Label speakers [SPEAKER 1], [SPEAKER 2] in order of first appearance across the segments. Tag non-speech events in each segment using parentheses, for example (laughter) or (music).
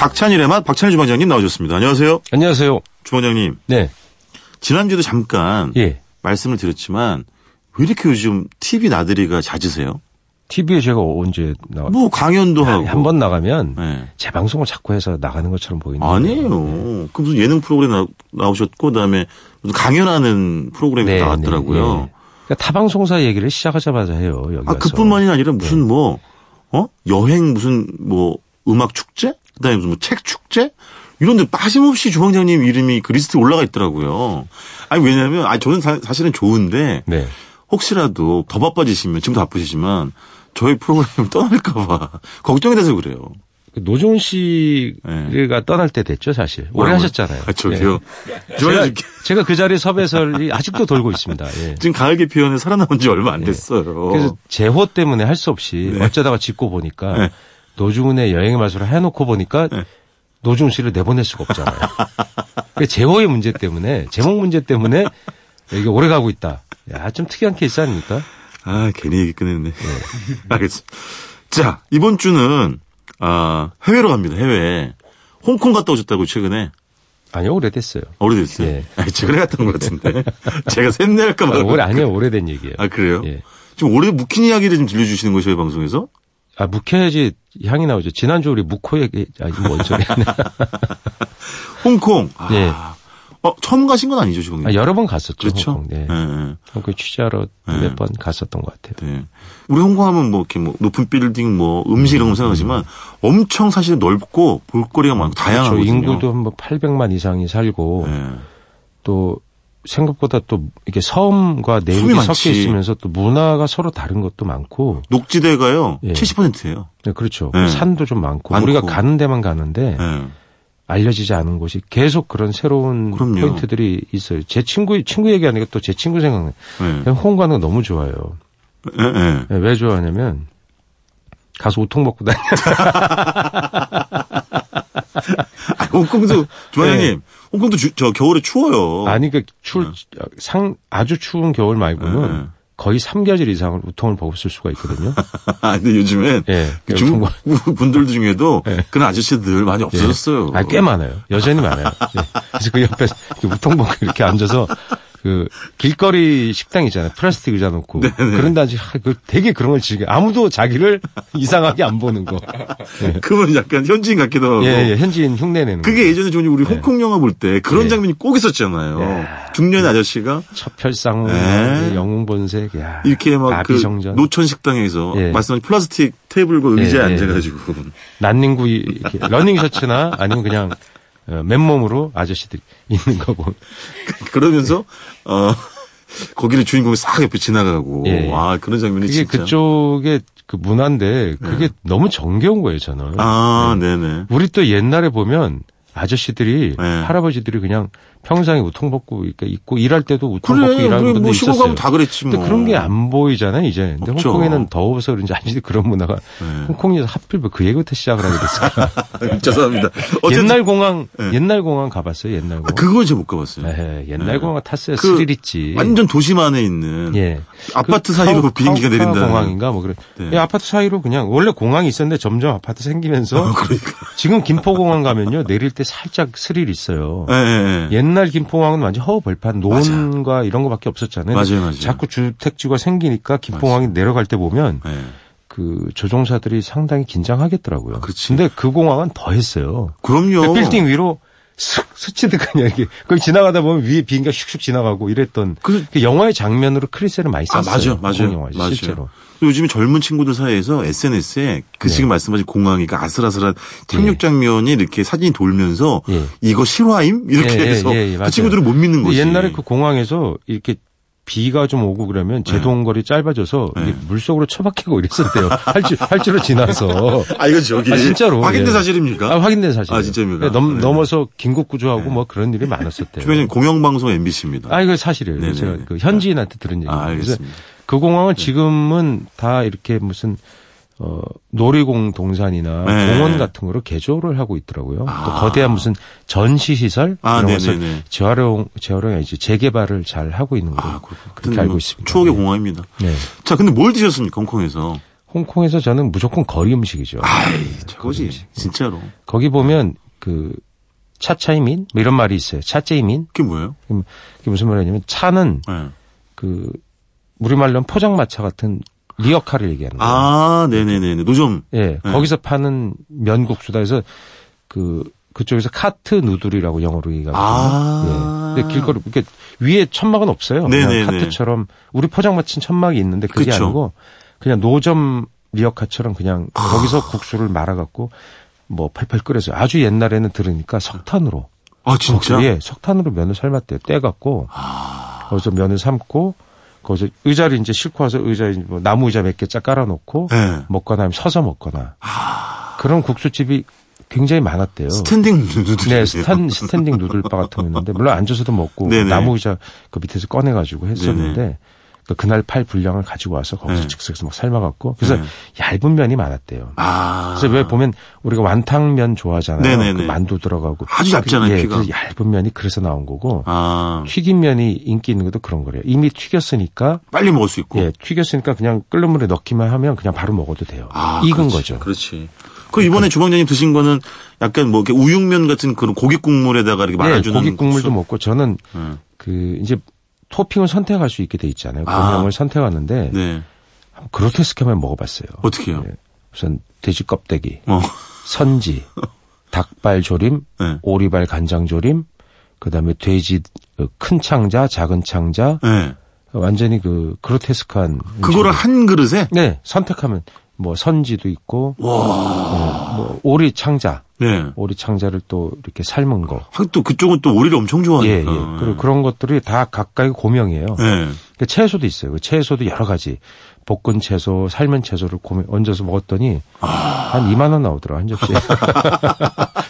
[SPEAKER 1] 박찬일의 맛 박찬일 주방장님 나오셨습니다. 안녕하세요.
[SPEAKER 2] 안녕하세요.
[SPEAKER 1] 주방장님.
[SPEAKER 2] 네.
[SPEAKER 1] 지난주도 잠깐
[SPEAKER 2] 예.
[SPEAKER 1] 말씀을 드렸지만 왜 이렇게 요즘 TV 나들이가 잦으세요?
[SPEAKER 2] TV에 제가 언제 나와?
[SPEAKER 1] 뭐 강연도 하고.
[SPEAKER 2] 한 번 나가면
[SPEAKER 1] 네.
[SPEAKER 2] 재방송을 자꾸 해서 나가는 것처럼 보이는.
[SPEAKER 1] 아니에요. 그 무슨 예능 프로그램 나, 나오셨고 그다음에 무슨 강연하는 프로그램이
[SPEAKER 2] 네,
[SPEAKER 1] 나왔더라고요.
[SPEAKER 2] 네, 네. 그러니까 타방송사 얘기를 시작하자마자 해요. 네. 여기
[SPEAKER 1] 아
[SPEAKER 2] 와서.
[SPEAKER 1] 그뿐만이 아니라 무슨 뭐 어? 여행 무슨 뭐 음악 축제? 그다음에 무슨 뭐 책 축제? 이런 데 빠짐없이 주방장님 이름이 그 리스트에 올라가 있더라고요. 아니 왜냐면 아 저는 사, 실은 좋은데
[SPEAKER 2] 네.
[SPEAKER 1] 혹시라도 더 바빠지시면 지금도 바쁘시지만 저희 프로그램 (laughs) 떠날까 봐 걱정이 돼서 그래요.
[SPEAKER 2] 그 노종훈 씨가 떠날 때 됐죠, 사실. 오래
[SPEAKER 1] 뭐라고요?
[SPEAKER 2] 하셨잖아요.
[SPEAKER 1] 예. 아, 저기요.
[SPEAKER 2] 네. 제가,
[SPEAKER 1] 주방장님
[SPEAKER 2] 제가 그 자리 섭외설이 아직도 돌고 있습니다. 예.
[SPEAKER 1] 지금 가을 개편에 살아남은 지 얼마 안 됐어요.
[SPEAKER 2] 네. 그래서 재호 때문에 할 수 없이 어쩌다가 짓고 보니까
[SPEAKER 1] 네.
[SPEAKER 2] 노중훈의 여행의 맛으로 해놓고 보니까 노중훈 씨를 내보낼 수가
[SPEAKER 1] (laughs)
[SPEAKER 2] 없잖아요. 그러니까 재호의 문제 때문에 제목 문제 때문에 이게 오래 가고 있다. 야, 좀 특이한 케이스 아닙니까?
[SPEAKER 1] 아, 괜히 얘기 꺼냈네. (laughs) 알겠습니다. 자, 이번 주는, 아, 해외로 갑니다, 해외. 홍콩 갔다 오셨다고, 최근에.
[SPEAKER 2] 아니요, 오래됐어요.
[SPEAKER 1] 아, 오래됐어요.
[SPEAKER 2] 예.
[SPEAKER 1] 아, 최근에 갔다 온 것
[SPEAKER 2] (laughs)
[SPEAKER 1] 같은데. 제가 샌내할까봐.
[SPEAKER 2] 아, 오래 아니요, 오래된 얘기예요.
[SPEAKER 1] 아, 그래요?
[SPEAKER 2] 예.
[SPEAKER 1] 지금 올해 묵힌 이야기를 좀 들려주시는 거죠, 저희 방송에서?
[SPEAKER 2] 아, 묵혀야지 향이 나오죠. 지난주 우리 묵호 얘기, 아, 이거 뭔 소리야.
[SPEAKER 1] (laughs) 홍콩. 아,
[SPEAKER 2] 예.
[SPEAKER 1] 어, 처음 가신 건 아니죠, 지금?
[SPEAKER 2] 아, 여러 번 갔었죠.
[SPEAKER 1] 그렇죠? 네.
[SPEAKER 2] 홍콩. 네.
[SPEAKER 1] 예, 예,
[SPEAKER 2] 홍콩 취재하러 몇 번 갔었던 것 같아요.
[SPEAKER 1] 네. 우리 홍콩 하면 뭐, 이렇게 뭐, 높은 빌딩, 뭐, 음식 이런 거 생각하지만 엄청 사실 넓고 볼거리가 많고
[SPEAKER 2] 그렇죠.
[SPEAKER 1] 다양하거든요.
[SPEAKER 2] 인구도 한 800만 이상이 살고
[SPEAKER 1] 예.
[SPEAKER 2] 또 생각보다 또 이게 섬과
[SPEAKER 1] 섬이
[SPEAKER 2] 내륙이
[SPEAKER 1] 많지.
[SPEAKER 2] 섞여 있으면서 또 문화가 서로 다른 것도 많고
[SPEAKER 1] 녹지대가요,
[SPEAKER 2] 예.
[SPEAKER 1] 70%예요.
[SPEAKER 2] 네, 그렇죠.
[SPEAKER 1] 네.
[SPEAKER 2] 산도 좀 많고,
[SPEAKER 1] 많고.
[SPEAKER 2] 우리가 가는 데만 가는데
[SPEAKER 1] 예.
[SPEAKER 2] 알려지지 않은 곳이 계속 그런 새로운
[SPEAKER 1] 그럼요.
[SPEAKER 2] 포인트들이 있어요. 제 친구 친구 얘기하니까 또 제 친구 생각나.
[SPEAKER 1] 예.
[SPEAKER 2] 홍 가는 거 너무 좋아요.
[SPEAKER 1] 예, 예.
[SPEAKER 2] 네, 왜 좋아하냐면 가서 우통 먹고 다니.
[SPEAKER 1] 아, 홍콩도 조원장님, 홍콩도 주- 저 겨울에 추워요.
[SPEAKER 2] 예. 아니 그 그출상 아주 추운 겨울 말고는
[SPEAKER 1] 네.
[SPEAKER 2] 거의 3개월 이상을 우통을 벗을
[SPEAKER 1] (laughs)
[SPEAKER 2] 수가 있거든요.
[SPEAKER 1] (laughs) 아, 근데 요즘엔
[SPEAKER 2] 예.
[SPEAKER 1] 그
[SPEAKER 2] 우통
[SPEAKER 1] 중국
[SPEAKER 2] 벗-
[SPEAKER 1] 분들 중에도 그런 아저씨들 많이 없어졌어요.
[SPEAKER 2] 아, 꽤 많아요. 여전히 많아요. 예. 그래서 그 옆에 이렇게 우통벗고 이렇게 앉아서 그 길거리 식당 있잖아요. 플라스틱 의자 놓고.
[SPEAKER 1] 네,
[SPEAKER 2] 그런 단지 하, 그 되게 그런 걸 즐겨. 아무도 자기를 (laughs) 이상하게 안 보는 거.
[SPEAKER 1] 어.
[SPEAKER 2] 예.
[SPEAKER 1] 그건 약간 현지인 같기도 하고.
[SPEAKER 2] 예, 예. 현지인 흉내 내는
[SPEAKER 1] 그게
[SPEAKER 2] 거.
[SPEAKER 1] 예전에 조 우리 홍콩 영화 볼 때
[SPEAKER 2] 예.
[SPEAKER 1] 그런 장면이 꼭 있었잖아요. 중년 아저씨가
[SPEAKER 2] 첩혈상호,
[SPEAKER 1] 예.
[SPEAKER 2] 영웅본색, 야.
[SPEAKER 1] 이렇게 막 그
[SPEAKER 2] 아비정전.
[SPEAKER 1] 노천 식당에서
[SPEAKER 2] 예.
[SPEAKER 1] 말씀하신 플라스틱 테이블과 의자에
[SPEAKER 2] 예, 예.
[SPEAKER 1] 앉아가지고 (laughs)
[SPEAKER 2] 난닝구 이렇게 러닝 셔츠나 아니면 그냥 어, 맨몸으로 아저씨들 있는 거고.
[SPEAKER 1] 그러면서 어 거기를 주인공이 싹 옆에 지나가고
[SPEAKER 2] 예, 예.
[SPEAKER 1] 아 그런 장면이
[SPEAKER 2] 그게
[SPEAKER 1] 진짜 네.
[SPEAKER 2] 그쪽의 그 문화인데 그게 너무 정겨운 거예요, 저는.
[SPEAKER 1] 아 네네
[SPEAKER 2] 우리 또 옛날에 보면 아저씨들이
[SPEAKER 1] 네.
[SPEAKER 2] 할아버지들이 그냥 평상에 우통 벗고 이렇게 입고 일할 때도 우통 벗고
[SPEAKER 1] 그래,
[SPEAKER 2] 일하는
[SPEAKER 1] 우리
[SPEAKER 2] 분도
[SPEAKER 1] 뭐 시골
[SPEAKER 2] 있었어요.
[SPEAKER 1] 가면 다 그랬지 뭐.
[SPEAKER 2] 근데 그런 게 안 보이잖아요, 이제. 근데
[SPEAKER 1] 없죠. 네.
[SPEAKER 2] 홍콩에는 더워서 그런지 아닌지 그런 문화가 홍콩에서 하필 뭐그 얘기부터 시작을 하게 됐을까.
[SPEAKER 1] 아, (laughs) 죄송합니다. (laughs) 어쨌든 네.
[SPEAKER 2] 옛날 공항, 옛날 공항 가봤어요, 옛날
[SPEAKER 1] 아,
[SPEAKER 2] 공항.
[SPEAKER 1] 그건 제가 못 가봤어요.
[SPEAKER 2] 네, 옛날 공항 탔어요.
[SPEAKER 1] 그
[SPEAKER 2] 스릴 있지.
[SPEAKER 1] 완전 도심 안에 있는
[SPEAKER 2] 예.
[SPEAKER 1] 아파트
[SPEAKER 2] 그
[SPEAKER 1] 사이로
[SPEAKER 2] 카오-
[SPEAKER 1] 비행기가
[SPEAKER 2] 카오카오
[SPEAKER 1] 내린다는.
[SPEAKER 2] 공항인가 뭐 그런.
[SPEAKER 1] 네.
[SPEAKER 2] 예, 아파트 사이로 그냥 원래 공항이 있었는데 점점 아파트
[SPEAKER 1] (laughs) 어,
[SPEAKER 2] 생기면서
[SPEAKER 1] 그러니까.
[SPEAKER 2] 지금 김포공항 가면요 내릴 때 살짝 스릴 있어요.
[SPEAKER 1] 예, 예, 예.
[SPEAKER 2] 옛날 김포공항은 완전 허벌판 논과 이런 거밖에 없었잖아요.
[SPEAKER 1] 맞아요,
[SPEAKER 2] 근데
[SPEAKER 1] 맞아요.
[SPEAKER 2] 자꾸 주택지가 생기니까 김포공항이 내려갈 때 보면
[SPEAKER 1] 예.
[SPEAKER 2] 그 조종사들이 상당히 긴장하겠더라고요.
[SPEAKER 1] 그렇지.
[SPEAKER 2] 근데 그 공항은 더 했어요.
[SPEAKER 1] 그럼요.
[SPEAKER 2] 그 빌딩 위로 슥 스치듯 그냥 이렇게 그걸 지나가다 보면 위에 비행기가 슉슉 지나가고 이랬던
[SPEAKER 1] 그-
[SPEAKER 2] 그, 영화의 장면으로 크리스를 많이
[SPEAKER 1] 아,
[SPEAKER 2] 썼어요.
[SPEAKER 1] 맞아요, 맞아요.
[SPEAKER 2] 공항 영화죠,
[SPEAKER 1] 맞아요.
[SPEAKER 2] 실제로. 네.
[SPEAKER 1] 요즘에 젊은 친구들 사이에서 SNS에 그 지금 말씀하신 공항이 그 아슬아슬한 착륙 장면이 이렇게 사진이 돌면서
[SPEAKER 2] 예.
[SPEAKER 1] 이거 실화임? 이렇게
[SPEAKER 2] 예, 예,
[SPEAKER 1] 해서
[SPEAKER 2] 예, 예,
[SPEAKER 1] 그
[SPEAKER 2] 맞아요.
[SPEAKER 1] 친구들을 못 믿는
[SPEAKER 2] 근데
[SPEAKER 1] 거지.
[SPEAKER 2] 옛날에 그 공항에서 이렇게 비가 좀 오고 그러면
[SPEAKER 1] 네.
[SPEAKER 2] 제동거리 짧아져서 이게 물속으로 처박히고 이랬었대요. (laughs) 할줄 할줄로 지나서.
[SPEAKER 1] 아, 이거 저기.
[SPEAKER 2] 아, 진짜로.
[SPEAKER 1] 확인된
[SPEAKER 2] 예.
[SPEAKER 1] 사실입니까?
[SPEAKER 2] 아, 확인된 사실.
[SPEAKER 1] 아, 진짜입니까?
[SPEAKER 2] 넘,
[SPEAKER 1] 네.
[SPEAKER 2] 넘어서 긴급 구조하고 뭐 그런 일이 많았었대요.
[SPEAKER 1] 주변에 공영방송 MBC입니다.
[SPEAKER 2] 아, 이거 사실이에요.
[SPEAKER 1] 네네네.
[SPEAKER 2] 제가 그 현지인한테 들은 얘기예요.
[SPEAKER 1] 아, 알겠습니다.
[SPEAKER 2] 그래서 그 공항은
[SPEAKER 1] 네.
[SPEAKER 2] 지금은 다 이렇게 무슨 어, 놀이공 동산이나
[SPEAKER 1] 네.
[SPEAKER 2] 공원 같은 거로 개조를 하고 있더라고요. 또
[SPEAKER 1] 아.
[SPEAKER 2] 거대한 무슨 전시 시설
[SPEAKER 1] 아,
[SPEAKER 2] 이런
[SPEAKER 1] 네네네.
[SPEAKER 2] 것을 재활용 재활용 이제 재개발을 잘 하고 있는 거
[SPEAKER 1] 아,
[SPEAKER 2] 그렇게
[SPEAKER 1] 하여튼
[SPEAKER 2] 알고
[SPEAKER 1] 뭐
[SPEAKER 2] 있습니다. 예.
[SPEAKER 1] 추억의 공항입니다.
[SPEAKER 2] 네.
[SPEAKER 1] 자, 근데 뭘 드셨습니까? 홍콩에서.
[SPEAKER 2] 홍콩에서 저는 무조건 거리 음식이죠. 예,
[SPEAKER 1] 아이, 최고지. 진짜로.
[SPEAKER 2] 거기 보면 그 차차이민 뭐 이런 말이 있어요. 차차이민
[SPEAKER 1] 그게 뭐예요?
[SPEAKER 2] 그럼 그게 무슨 말이냐면 차는
[SPEAKER 1] 예.
[SPEAKER 2] 그 우리말로 하면 포장마차 같은 리어카를 얘기하는 거예요.
[SPEAKER 1] 아, 네네네네. 노점.
[SPEAKER 2] 예,
[SPEAKER 1] 네.
[SPEAKER 2] 거기서 파는 면국수다 해서 그 그쪽에서 카트 누들이라고 영어로 얘기하거든요.
[SPEAKER 1] 아.
[SPEAKER 2] 예. 근데 길거리 이렇게 위에 천막은 없어요.
[SPEAKER 1] 네네네.
[SPEAKER 2] 그냥 카트처럼 우리 포장마차는 천막이 있는데 그게
[SPEAKER 1] 그쵸.
[SPEAKER 2] 아니고 그냥 노점 리어카처럼 그냥
[SPEAKER 1] 아.
[SPEAKER 2] 거기서 국수를 말아 갖고 뭐 팔팔 끓여서 아주 옛날에는 들으니까 석탄으로
[SPEAKER 1] 아, 진짜? 아.
[SPEAKER 2] 예, 석탄으로 면을 삶았대요. 떼갖고 거기서 면을 삶고 거기서 의자를 이제 싣고 와서 의자 뭐 나무 의자 몇 개 쫙 깔아놓고
[SPEAKER 1] 예.
[SPEAKER 2] 먹거나 하면 서서 먹거나 그런 국수집이 굉장히 많았대요.
[SPEAKER 1] 스탠딩 누들.
[SPEAKER 2] 네, 스탠, 스탠딩 누들바 같은 거 있는데 물론 앉아서도 먹고
[SPEAKER 1] 네네.
[SPEAKER 2] 나무 의자 그 밑에서 꺼내 가지고 했었는데 그날팔 분량을 가지고 와서 거기서
[SPEAKER 1] 네.
[SPEAKER 2] 즉석에서 막 삶아 갖고 그래서
[SPEAKER 1] 네.
[SPEAKER 2] 얇은 면이 많았대요.
[SPEAKER 1] 아.
[SPEAKER 2] 그래서 왜 보면 우리가 완탕면 좋아하잖아요.
[SPEAKER 1] 네네네.
[SPEAKER 2] 그 만두 들어가고
[SPEAKER 1] 아주 얇잖아요,
[SPEAKER 2] 예,
[SPEAKER 1] 피가.
[SPEAKER 2] 그래서 얇은 면이 그래서 나온 거고
[SPEAKER 1] 아.
[SPEAKER 2] 튀긴 면이 인기 있는 것도 그런 거래요. 이미 튀겼으니까
[SPEAKER 1] 빨리 먹을 수 있고.
[SPEAKER 2] 예, 튀겼으니까 그냥 끓는 물에 넣기만 하면 그냥 바로 먹어도 돼요.
[SPEAKER 1] 아,
[SPEAKER 2] 익은
[SPEAKER 1] 그렇지,
[SPEAKER 2] 거죠. 그러니까
[SPEAKER 1] 그렇지. 그 이번에 주방장님 드신 거는 약간 뭐 이렇게 우육면 같은 그런 고기 국물에다가 이렇게
[SPEAKER 2] 네,
[SPEAKER 1] 말아주는
[SPEAKER 2] 고기 국물도
[SPEAKER 1] 국수?
[SPEAKER 2] 먹고 저는
[SPEAKER 1] 음.
[SPEAKER 2] 그 이제 토핑을 선택할 수 있게 돼 있잖아요.
[SPEAKER 1] 아.
[SPEAKER 2] 고명을 선택하는데
[SPEAKER 1] 네.
[SPEAKER 2] 그렇게 스캔만 먹어봤어요.
[SPEAKER 1] 어떻게요?
[SPEAKER 2] 예, 우선 돼지 껍데기,
[SPEAKER 1] 어. (laughs)
[SPEAKER 2] 선지, 닭발 조림,
[SPEAKER 1] 네.
[SPEAKER 2] 오리발 간장 조림, 그다음에 돼지 어, 큰 창자, 작은 창자,
[SPEAKER 1] 네.
[SPEAKER 2] 완전히 그 그로테스크한
[SPEAKER 1] 그거를
[SPEAKER 2] 음식이에요.
[SPEAKER 1] 한 그릇에
[SPEAKER 2] 네 선택하면 뭐 선지도 있고, 예, 뭐 오리 창자,
[SPEAKER 1] 네.
[SPEAKER 2] 오리 창자를 또 이렇게 삶은 거.
[SPEAKER 1] 하긴 또 그쪽은 또 오리를 엄청
[SPEAKER 2] 예, 예.
[SPEAKER 1] 좋아하니까.
[SPEAKER 2] 그리고 그런 것들이 다 가까이 고명이에요.
[SPEAKER 1] 네.
[SPEAKER 2] 그 채소도 있어요. 그 채소도 여러 가지 볶은 채소, 삶은 채소를 고민, 얹어서 먹었더니 한 2만 원 나오더라 한 접시. 에 (laughs)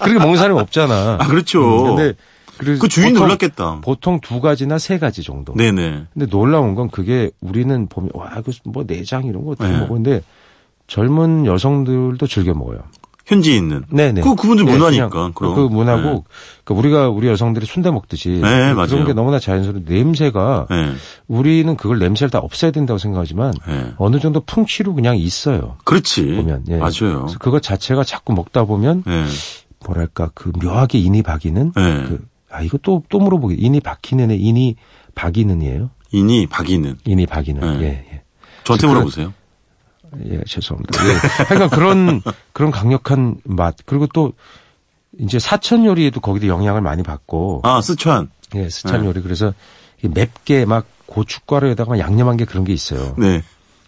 [SPEAKER 2] 그렇게 먹는 사람이 없잖아. 음,
[SPEAKER 1] 아, 그렇죠.
[SPEAKER 2] 근데 그래서
[SPEAKER 1] 그 주인
[SPEAKER 2] 보통-
[SPEAKER 1] 놀랐겠다.
[SPEAKER 2] 보통 두 가지나 세 가지 정도.
[SPEAKER 1] 네네.
[SPEAKER 2] 근데 놀라운 건 그게 우리는 보면 와, 그 뭐 내장 이런 거 어떻게
[SPEAKER 1] 네.
[SPEAKER 2] 먹었는데 젊은 여성들도 즐겨 먹어요.
[SPEAKER 1] 현지에 있는.
[SPEAKER 2] 네네.
[SPEAKER 1] 그 그분들
[SPEAKER 2] 예,
[SPEAKER 1] 문화니까.
[SPEAKER 2] 그냥
[SPEAKER 1] 그럼.
[SPEAKER 2] 그 문화고 그러니까 우리가 우리 여성들이 순대 먹듯이
[SPEAKER 1] 네, 맞아요.
[SPEAKER 2] 그런 게 너무나 자연스러운 냄새가
[SPEAKER 1] 네.
[SPEAKER 2] 우리는 그걸 냄새를 다 없애야 된다고 생각하지만
[SPEAKER 1] 네.
[SPEAKER 2] 어느 정도 풍취로 그냥 있어요.
[SPEAKER 1] 그렇지.
[SPEAKER 2] 보면 예.
[SPEAKER 1] 음, 맞아요.
[SPEAKER 2] 그래서 그것 자체가 자꾸 먹다 보면
[SPEAKER 1] 네.
[SPEAKER 2] 뭐랄까 그 묘하게 인이 박이는
[SPEAKER 1] 네.
[SPEAKER 2] 그, 아 이거 또 또 물어보게 인이 박히는 애 인이 박이는이에요.
[SPEAKER 1] 이니 박이는
[SPEAKER 2] 인이 박이는
[SPEAKER 1] 네.
[SPEAKER 2] 예, 예.
[SPEAKER 1] 저한테
[SPEAKER 2] 그-
[SPEAKER 1] 물어보세요.
[SPEAKER 2] 예, 죄송합니다. 예. 그러니까
[SPEAKER 1] (laughs)
[SPEAKER 2] 그런 그런 강력한 맛 그리고 또 이제 사천 요리에도 거기도 영향을 많이 받고
[SPEAKER 1] 아 스촨.
[SPEAKER 2] 예, 스찬
[SPEAKER 1] 네.
[SPEAKER 2] 요리 그래서 이 맵게 막 고춧가루에다가 막 양념한 게 그런 게 있어요.
[SPEAKER 1] 네.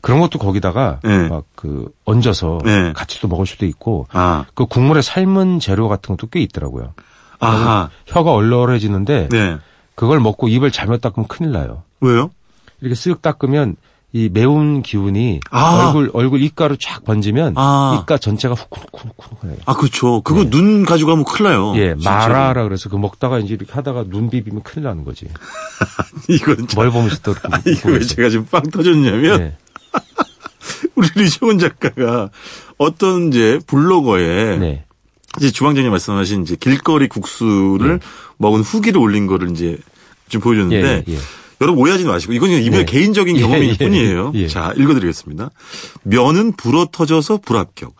[SPEAKER 2] 그런 것도 거기다가
[SPEAKER 1] 네.
[SPEAKER 2] 막 그 얹어서
[SPEAKER 1] 네.
[SPEAKER 2] 같이 또 먹을 수도 있고
[SPEAKER 1] 아.
[SPEAKER 2] 그 국물에 삶은 재료 같은 것도 꽤 있더라고요.
[SPEAKER 1] 아하.
[SPEAKER 2] 혀가 얼얼해지는데
[SPEAKER 1] 네.
[SPEAKER 2] 그걸 먹고 입을 잘못 닦으면 큰일 나요.
[SPEAKER 1] 왜요?
[SPEAKER 2] 이렇게 쓱 닦으면 이 매운 기운이
[SPEAKER 1] 아.
[SPEAKER 2] 얼굴 얼굴 입가로 쫙 번지면
[SPEAKER 1] 아.
[SPEAKER 2] 입가 전체가 후끈후끈후끈해요.
[SPEAKER 1] 아, 그렇죠. 그거 눈 가지고 하면 큰일 나요.
[SPEAKER 2] 네. 예,
[SPEAKER 1] 어, 진짜로.
[SPEAKER 2] 마라라 그래서 그 먹다가 이제 이렇게 하다가 눈 비비면 큰일 나는 거지.
[SPEAKER 1] 이거는 참-
[SPEAKER 2] 뭘 보면서 또 이렇게
[SPEAKER 1] (laughs) 아, 이거 왜
[SPEAKER 2] 보면서.
[SPEAKER 1] 제가 지금 빵 터졌냐면
[SPEAKER 2] 예. 네.
[SPEAKER 1] 우리 류시원 작가가 어떤 이제 블로거에
[SPEAKER 2] 네.
[SPEAKER 1] 이제 주방장님 말씀하신 이제 길거리 국수를
[SPEAKER 2] 네.
[SPEAKER 1] 먹은 후기를 올린 거를 이제 좀 보여줬는데
[SPEAKER 2] 예, 예, 예.
[SPEAKER 1] 여러분 오해하지 마시고 이건 그냥 이분의
[SPEAKER 2] 예.
[SPEAKER 1] 개인적인
[SPEAKER 2] 예,
[SPEAKER 1] 경험일
[SPEAKER 2] 예,
[SPEAKER 1] 뿐이에요.
[SPEAKER 2] 예.
[SPEAKER 1] 자 읽어드리겠습니다. 면은 불어 터져서
[SPEAKER 2] (laughs)
[SPEAKER 1] 불합격.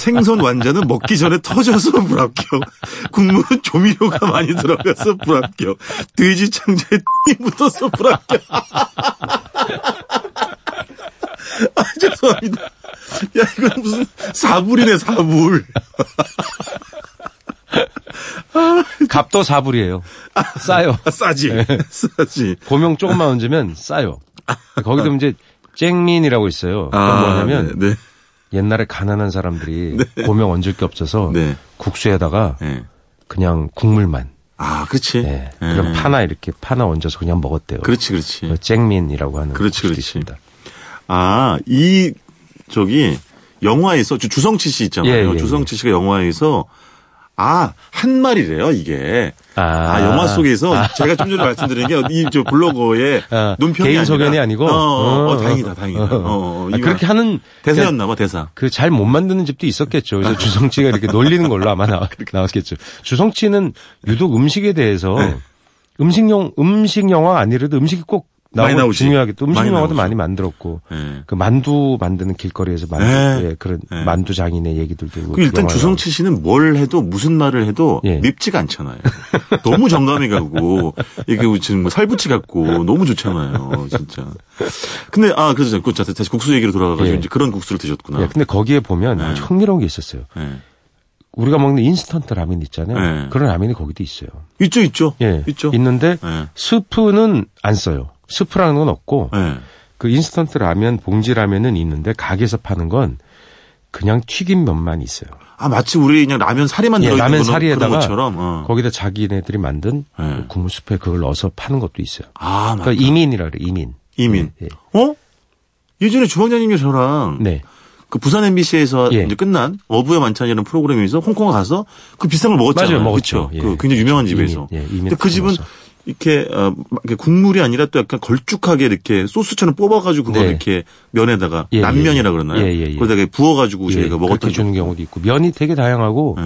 [SPEAKER 1] 생선 완자는 먹기 전에 터져서 불합격. 국물은 조미료가 많이 들어가서 불합격. 돼지 창자에 이 묻어서 불합격. (laughs) 아, 죄송합니다. 야, 이건 무슨 사불이네, 사불.
[SPEAKER 2] 갑도 사불이에요. 싸요.
[SPEAKER 1] 아, 싸지.
[SPEAKER 2] 네.
[SPEAKER 1] (laughs) 싸지.
[SPEAKER 2] 고명 조금만 얹으면 싸요. 거기도 이제 쨍민이라고 있어요. 그건 뭐냐면
[SPEAKER 1] 아. 네.
[SPEAKER 2] 옛날에 가난한 사람들이 고명 얹을 게 없어서
[SPEAKER 1] 네.
[SPEAKER 2] 국수에다가
[SPEAKER 1] 네. 네.
[SPEAKER 2] 그냥 국물만
[SPEAKER 1] 아, 그렇지.
[SPEAKER 2] 예,
[SPEAKER 1] 예.
[SPEAKER 2] 그런 파나 이렇게 파나 얹어서 그냥 먹었대요.
[SPEAKER 1] 그렇지, 그렇지.
[SPEAKER 2] 그 쨍민이라고 하는
[SPEAKER 1] 그렇지,
[SPEAKER 2] 곳이
[SPEAKER 1] 그렇지.
[SPEAKER 2] 있습니다.
[SPEAKER 1] 아, 이, 저기, 영화에서, 주- 주성치 씨 있잖아요.
[SPEAKER 2] 예, 예,
[SPEAKER 1] 주성치 씨가 영화에서, 아, 한 말이래요, 이게.
[SPEAKER 2] 아.
[SPEAKER 1] 아, 영화 속에서 제가 좀 전에 말씀드린 게, 이 저 블로거의
[SPEAKER 2] 아,
[SPEAKER 1] 논평이
[SPEAKER 2] 개인
[SPEAKER 1] 아니라-
[SPEAKER 2] 소견이 아니고
[SPEAKER 1] 어, 어, 어,
[SPEAKER 2] 어,
[SPEAKER 1] 다행이다, 다행이다. 어, 어,
[SPEAKER 2] 아,
[SPEAKER 1] 이거
[SPEAKER 2] 그렇게 하는
[SPEAKER 1] 대사였나봐, 대사.
[SPEAKER 2] 그 잘 못 만드는 집도 있었겠죠.
[SPEAKER 1] (laughs)
[SPEAKER 2] 그래서 주성치가 이렇게 놀리는 걸로 아마 나왔, 나왔겠죠.
[SPEAKER 1] 네.
[SPEAKER 2] 주성치는 유독 음식에 대해서 음식용 음식 영화 아니라도 음식이 꼭
[SPEAKER 1] 많이
[SPEAKER 2] 나오고
[SPEAKER 1] 나오지.
[SPEAKER 2] 중요하게 또
[SPEAKER 1] 많이 나오죠.
[SPEAKER 2] 음식영화도 많이, 만들었고
[SPEAKER 1] 예.
[SPEAKER 2] 그 만두 만드는 길거리에서 만두
[SPEAKER 1] 네.
[SPEAKER 2] 예, 그런
[SPEAKER 1] 네.
[SPEAKER 2] 만두 장인의 뭐 얘기들도 있고
[SPEAKER 1] 그 일단
[SPEAKER 2] 영화에
[SPEAKER 1] 주성치 씨는 뭘 해도 무슨 말을 해도
[SPEAKER 2] 예.
[SPEAKER 1] 밉지가 않잖아요. (laughs) 너무 정감이 가고 이게 지금 뭐 살붙이 같고 너무 좋잖아요, 진짜. 근데 아 그래서 그 자, 다시 국수 얘기로 돌아가가지고
[SPEAKER 2] 예.
[SPEAKER 1] 이제 그런 국수를 드셨구나.
[SPEAKER 2] 나와요. 예, 근데 거기에 보면
[SPEAKER 1] 네.
[SPEAKER 2] 아주 흥미로운 게 있었어요.
[SPEAKER 1] 예.
[SPEAKER 2] 우리가 먹는 인스턴트 라면 있잖아요.
[SPEAKER 1] 네.
[SPEAKER 2] 그런 라면이 거기도 있어요.
[SPEAKER 1] 있죠, 있죠,
[SPEAKER 2] 예,
[SPEAKER 1] 있죠.
[SPEAKER 2] 는데
[SPEAKER 1] 예.
[SPEAKER 2] 스프는 안 써요. 스프라는 건 없고
[SPEAKER 1] 예.
[SPEAKER 2] 그 인스턴트 라면 봉지 라면은 있는데 가게에서 파는 건 그냥 튀김면만 있어요.
[SPEAKER 1] 아 마치 우리 그냥 라면 사리만
[SPEAKER 2] 예,
[SPEAKER 1] 들어있는
[SPEAKER 2] 라면
[SPEAKER 1] 아, 그런-
[SPEAKER 2] 사리에다가
[SPEAKER 1] 그런 것처럼. 어.
[SPEAKER 2] 거기다 자기네들이 만든
[SPEAKER 1] 예.
[SPEAKER 2] 그 국물 스프에 그걸 넣어서 파는 것도 있어요.
[SPEAKER 1] 아 맞다.
[SPEAKER 2] 그러니까 이민이라 그래 이민.
[SPEAKER 1] 이민.
[SPEAKER 2] 예, 예.
[SPEAKER 1] 어? 예전에 주방장님이 저랑
[SPEAKER 2] 네.
[SPEAKER 1] 그 부산 MBC에서
[SPEAKER 2] 예.
[SPEAKER 1] 이제 끝난 어부의 만찬이라는 프로그램에서 홍콩 가서 그 비싼 걸 먹었잖아요.
[SPEAKER 2] 맞아요, 먹었죠.
[SPEAKER 1] 그쵸? 그
[SPEAKER 2] 예.
[SPEAKER 1] 굉장히 유명한 집에서.
[SPEAKER 2] 이민, 예, 이민
[SPEAKER 1] 근데 그 집은
[SPEAKER 2] 먹어서.
[SPEAKER 1] 이렇게, 어, 막 이렇게 국물이 아니라 또 약간 걸쭉하게 이렇게 소스처럼 뽑아가지고 그걸
[SPEAKER 2] 네.
[SPEAKER 1] 이렇게 면에다가
[SPEAKER 2] 예, 예,
[SPEAKER 1] 남면이라 그러나요?
[SPEAKER 2] 예, 예, 예.
[SPEAKER 1] 거기다가 부어가지고
[SPEAKER 2] 예,
[SPEAKER 1] 저희가
[SPEAKER 2] 그렇게
[SPEAKER 1] 먹었던
[SPEAKER 2] 주는 경우도 있고 면이 되게 다양하고
[SPEAKER 1] 예.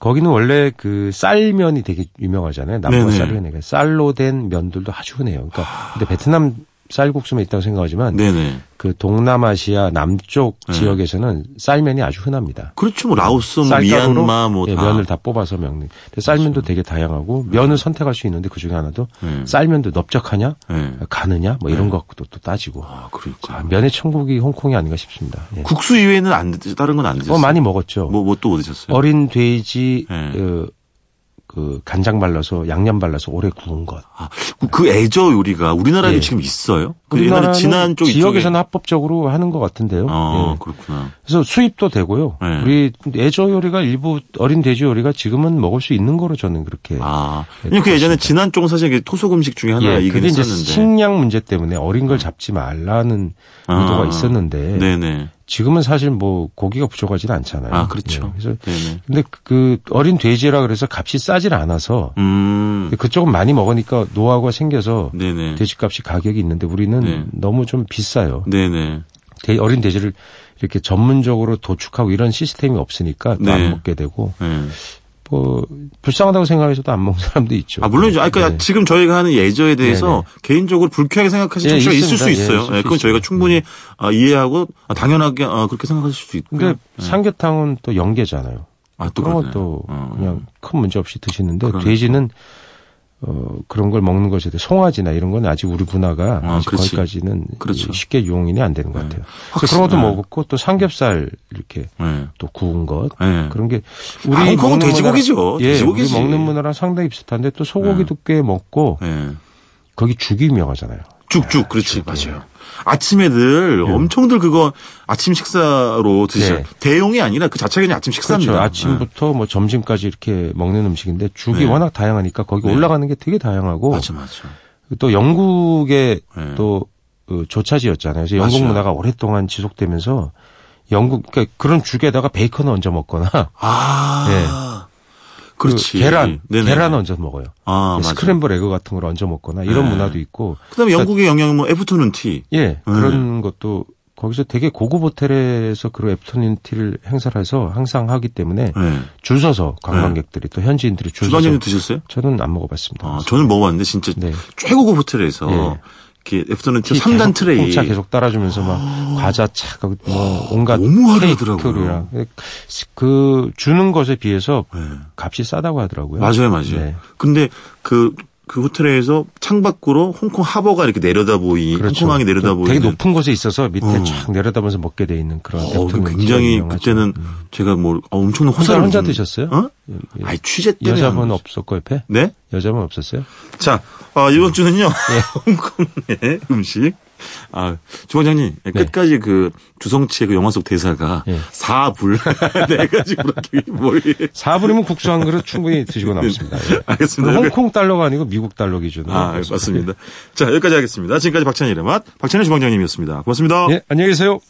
[SPEAKER 2] 거기는 원래 그 쌀면이 되게 유명하잖아요. 남부
[SPEAKER 1] 네네.
[SPEAKER 2] 쌀로 해내가 쌀로 된 면들도 아주 흔해요. 그러니까 근데 베트남 쌀국수만 있다고 생각하지만
[SPEAKER 1] 네네. 네.
[SPEAKER 2] 그 동남아시아 남쪽 지역에서는 쌀면이 아주 흔합니다.
[SPEAKER 1] 그렇죠. 뭐 라오스, 뭐
[SPEAKER 2] 쌀가루로
[SPEAKER 1] 미얀마, 뭐
[SPEAKER 2] 예,
[SPEAKER 1] 다.
[SPEAKER 2] 면을 다 뽑아서 먹는. 근데 쌀면도 되게 다양하고 면을 선택할 수 있는데 그 중에 하나도
[SPEAKER 1] 예.
[SPEAKER 2] 쌀면도 넓적하냐,
[SPEAKER 1] 예.
[SPEAKER 2] 가느냐 뭐 이런 것도 또 따지고.
[SPEAKER 1] 아, 그러니까.
[SPEAKER 2] 아, 면의 천국이 홍콩이 아닌가 싶습니다. 예.
[SPEAKER 1] 국수 이외에는 안 드, 다른 건 안 드셨어요?
[SPEAKER 2] 어 많이 먹었죠.
[SPEAKER 1] 뭐, 뭐 또 드셨어요?
[SPEAKER 2] 어린 돼지
[SPEAKER 1] 예.
[SPEAKER 2] 어, 그 간장 발라서 양념 발라서 오래 구운 것.
[SPEAKER 1] 아, 그- 그 애저 요리가 우리나라에도
[SPEAKER 2] 예.
[SPEAKER 1] 지금 있어요? 그
[SPEAKER 2] 우리나라는
[SPEAKER 1] 옛날에 진안 쪽
[SPEAKER 2] 지역에서는 합법적으로 하는 것 같은데요.
[SPEAKER 1] 이쪽에. 어,
[SPEAKER 2] 예.
[SPEAKER 1] 그렇구나.
[SPEAKER 2] 그래서 수입도 되고요.
[SPEAKER 1] 예.
[SPEAKER 2] 우리 애저 요리가 일부 어린 돼지 요리가 지금은 먹을 수 있는 거로 저는 그렇게.
[SPEAKER 1] 아,
[SPEAKER 2] 예,
[SPEAKER 1] 왜냐면 그 예전에 진안 쪽은 사실 이게 토속 음식 중에 하나
[SPEAKER 2] 예,
[SPEAKER 1] 이긴
[SPEAKER 2] 그게 이제
[SPEAKER 1] 했었는데.
[SPEAKER 2] 식량 문제 때문에 어린 걸 잡지 말라는
[SPEAKER 1] 아.
[SPEAKER 2] 의도가 있었는데
[SPEAKER 1] 네네.
[SPEAKER 2] 지금은 사실 뭐 고기가 부족하지는 않잖아요.
[SPEAKER 1] 아, 그렇죠.
[SPEAKER 2] 예, 그래서
[SPEAKER 1] 네네.
[SPEAKER 2] 근데 그 어린 돼지라 그래서 값이 싸질 않아서
[SPEAKER 1] 음,
[SPEAKER 2] 근데 그쪽은 많이 먹으니까 노하우가 생겨서
[SPEAKER 1] 네네.
[SPEAKER 2] 돼지값이 가격이 있는데 우리는
[SPEAKER 1] 네.
[SPEAKER 2] 너무 좀 비싸요.
[SPEAKER 1] 네네.
[SPEAKER 2] 돼- 어린 돼지를 이렇게 전문적으로 도축하고 이런 시스템이 없으니까 또 안
[SPEAKER 1] 네.
[SPEAKER 2] 먹게 되고
[SPEAKER 1] 예.
[SPEAKER 2] 뭐 불쌍하다고 생각해서도 안 먹는 사람도 있죠.
[SPEAKER 1] 아, 물론이죠. 아, 그러니까
[SPEAKER 2] 네.
[SPEAKER 1] 지금 저희가 하는 예저에 대해서 개인적으로 불쾌하게 생각하시는
[SPEAKER 2] 예,
[SPEAKER 1] 청취가 있을
[SPEAKER 2] 있습니다.
[SPEAKER 1] 수
[SPEAKER 2] 예,
[SPEAKER 1] 있어요.
[SPEAKER 2] 있을
[SPEAKER 1] 예,
[SPEAKER 2] 수
[SPEAKER 1] 그건 저희가
[SPEAKER 2] 있습니다.
[SPEAKER 1] 충분히 아, 이해하고 아, 당연하게 아, 그렇게 생각하실 수 있고요.
[SPEAKER 2] 근데 삼계탕은 또 연계잖아요.
[SPEAKER 1] 아, 또
[SPEAKER 2] 그런
[SPEAKER 1] 그러네.
[SPEAKER 2] 것도
[SPEAKER 1] 어, 그러니까.
[SPEAKER 2] 그냥 큰 문제 없이 드시는데
[SPEAKER 1] 그러네.
[SPEAKER 2] 돼지는 어 그런 걸 먹는 것에 대해 송아지나 이런 건 아직 우리 문화가
[SPEAKER 1] 아,
[SPEAKER 2] 아, 직
[SPEAKER 1] 그렇지.
[SPEAKER 2] 거기까지는
[SPEAKER 1] 그렇죠. 네.
[SPEAKER 2] 이- 쉽게 용인이 안 되는 것 같아요. 그래서
[SPEAKER 1] 확실-
[SPEAKER 2] 그런 것도
[SPEAKER 1] 네.
[SPEAKER 2] 먹었고 또 삼겹살 이렇게
[SPEAKER 1] 예.
[SPEAKER 2] 또 구운 것
[SPEAKER 1] 예.
[SPEAKER 2] 그런 게 우리
[SPEAKER 1] 아, 홍콩은
[SPEAKER 2] 먹는
[SPEAKER 1] 돼지고기죠.
[SPEAKER 2] 문화랑- 예,
[SPEAKER 1] 돼지고기지. 네.
[SPEAKER 2] 우리 먹는 문화랑 상당히 비슷한데 또 소고기도 꽤 먹고
[SPEAKER 1] 예.
[SPEAKER 2] 거기 죽이 유명하잖아요.
[SPEAKER 1] 쭉쭉 그렇지 맞아요. 아침에들 엄청들 그거 아침 식사로 드시죠.
[SPEAKER 2] 예. 네.
[SPEAKER 1] 대용이 아니라 그 자체가 그냥 아침 식사입니다.
[SPEAKER 2] 그렇죠. 아침부터 뭐 점심까지 이렇게 먹는 음식인데 죽이
[SPEAKER 1] 네.
[SPEAKER 2] 워낙 다양하니까 거기 올라가는 게 되게 다양하고
[SPEAKER 1] 네. 맞아 맞아.
[SPEAKER 2] 또 영국의
[SPEAKER 1] 네.
[SPEAKER 2] 또 어, 조차지였잖아요. 그래서 영국
[SPEAKER 1] 맞아요.
[SPEAKER 2] 문화가 오랫동안 지속되면서 영국 그러니까 그런 죽에다가 베이컨 얹어 먹거나 (laughs)
[SPEAKER 1] 아
[SPEAKER 2] 그
[SPEAKER 1] 그렇지. 음,
[SPEAKER 2] 계란
[SPEAKER 1] 네네.
[SPEAKER 2] 계란 얹어 먹어요.
[SPEAKER 1] 아 맞아.
[SPEAKER 2] 스크램블 그러니까 에그 같은 걸 얹어 먹거나 이런
[SPEAKER 1] 네.
[SPEAKER 2] 문화도 있고
[SPEAKER 1] 그다음에 영국의 영향은 뭐 애프터눈 티.
[SPEAKER 2] 예,
[SPEAKER 1] 네.
[SPEAKER 2] 그런 것도 거기서 되게 고급 호텔에서 그런 애프터눈티를 행사를 해서 항상 하기 때문에
[SPEAKER 1] 네.
[SPEAKER 2] 줄 서서 관광객들이 또 현지인들이 줄 서서
[SPEAKER 1] 주방장님 드셨어요?
[SPEAKER 2] 저는 안 먹어봤습니다.
[SPEAKER 1] 아 저는 먹어봤는데 진짜
[SPEAKER 2] 네.
[SPEAKER 1] 최고급 호텔에서
[SPEAKER 2] 네.
[SPEAKER 1] 이렇게 애프터눈 티
[SPEAKER 2] 티
[SPEAKER 1] 3단
[SPEAKER 2] 계속
[SPEAKER 1] 트레이. 아.
[SPEAKER 2] 공차 계속 따라주면서 막 과자 차가 뭐 온갖
[SPEAKER 1] 너무 화려하더라고요.
[SPEAKER 2] 케이크류랑 그 주는 것에 비해서
[SPEAKER 1] 네.
[SPEAKER 2] 값이 싸다고 하더라고요.
[SPEAKER 1] 맞아요, 맞아요.
[SPEAKER 2] 네.
[SPEAKER 1] 근데 그, 그 호텔에서 창밖으로 홍콩 하버가 이렇게 내려다 보이, 홍콩항이 내려다 보이는.
[SPEAKER 2] 그렇죠. 그 되게 높은 곳에 있어서 밑에
[SPEAKER 1] 어.
[SPEAKER 2] 쫙 내려다보면서 먹게 돼 있는 그런
[SPEAKER 1] 어, 그
[SPEAKER 2] 애프터눈티가
[SPEAKER 1] 굉장히
[SPEAKER 2] 유명하죠.
[SPEAKER 1] 그때는 제가 뭐 어, 엄청난
[SPEAKER 2] 혼자
[SPEAKER 1] 호사를
[SPEAKER 2] 혼자
[SPEAKER 1] 좀-
[SPEAKER 2] 드셨어요?
[SPEAKER 1] 어?
[SPEAKER 2] 예, 예.
[SPEAKER 1] 아니 취재 때문에
[SPEAKER 2] 여자분
[SPEAKER 1] 하는 거지.
[SPEAKER 2] 없었고 옆에
[SPEAKER 1] 네?
[SPEAKER 2] 여자분 없었어요?
[SPEAKER 1] 자, 아, 이번 주는요.
[SPEAKER 2] 예.
[SPEAKER 1] (laughs) 홍콩의 음식. 아, 주원장님 끝까지 그 주성치의 그 영화 속 대사가
[SPEAKER 2] 네. 예.
[SPEAKER 1] 사불 (laughs) 네 가지 그렇게 뭘
[SPEAKER 2] 4불이면 국수 한 그릇 충분히
[SPEAKER 1] (laughs)
[SPEAKER 2] 드시고 남습니다. 예.
[SPEAKER 1] 알겠습니다.
[SPEAKER 2] 홍콩 달러가 아니고 미국 달러 기준으로.
[SPEAKER 1] 아, 맞습니다. 자, 여기까지 하겠습니다. 지금까지 박찬일의 맛, 박찬일 주방장님이었습니다. 고맙습니다.
[SPEAKER 2] 예, 안녕히 계세요.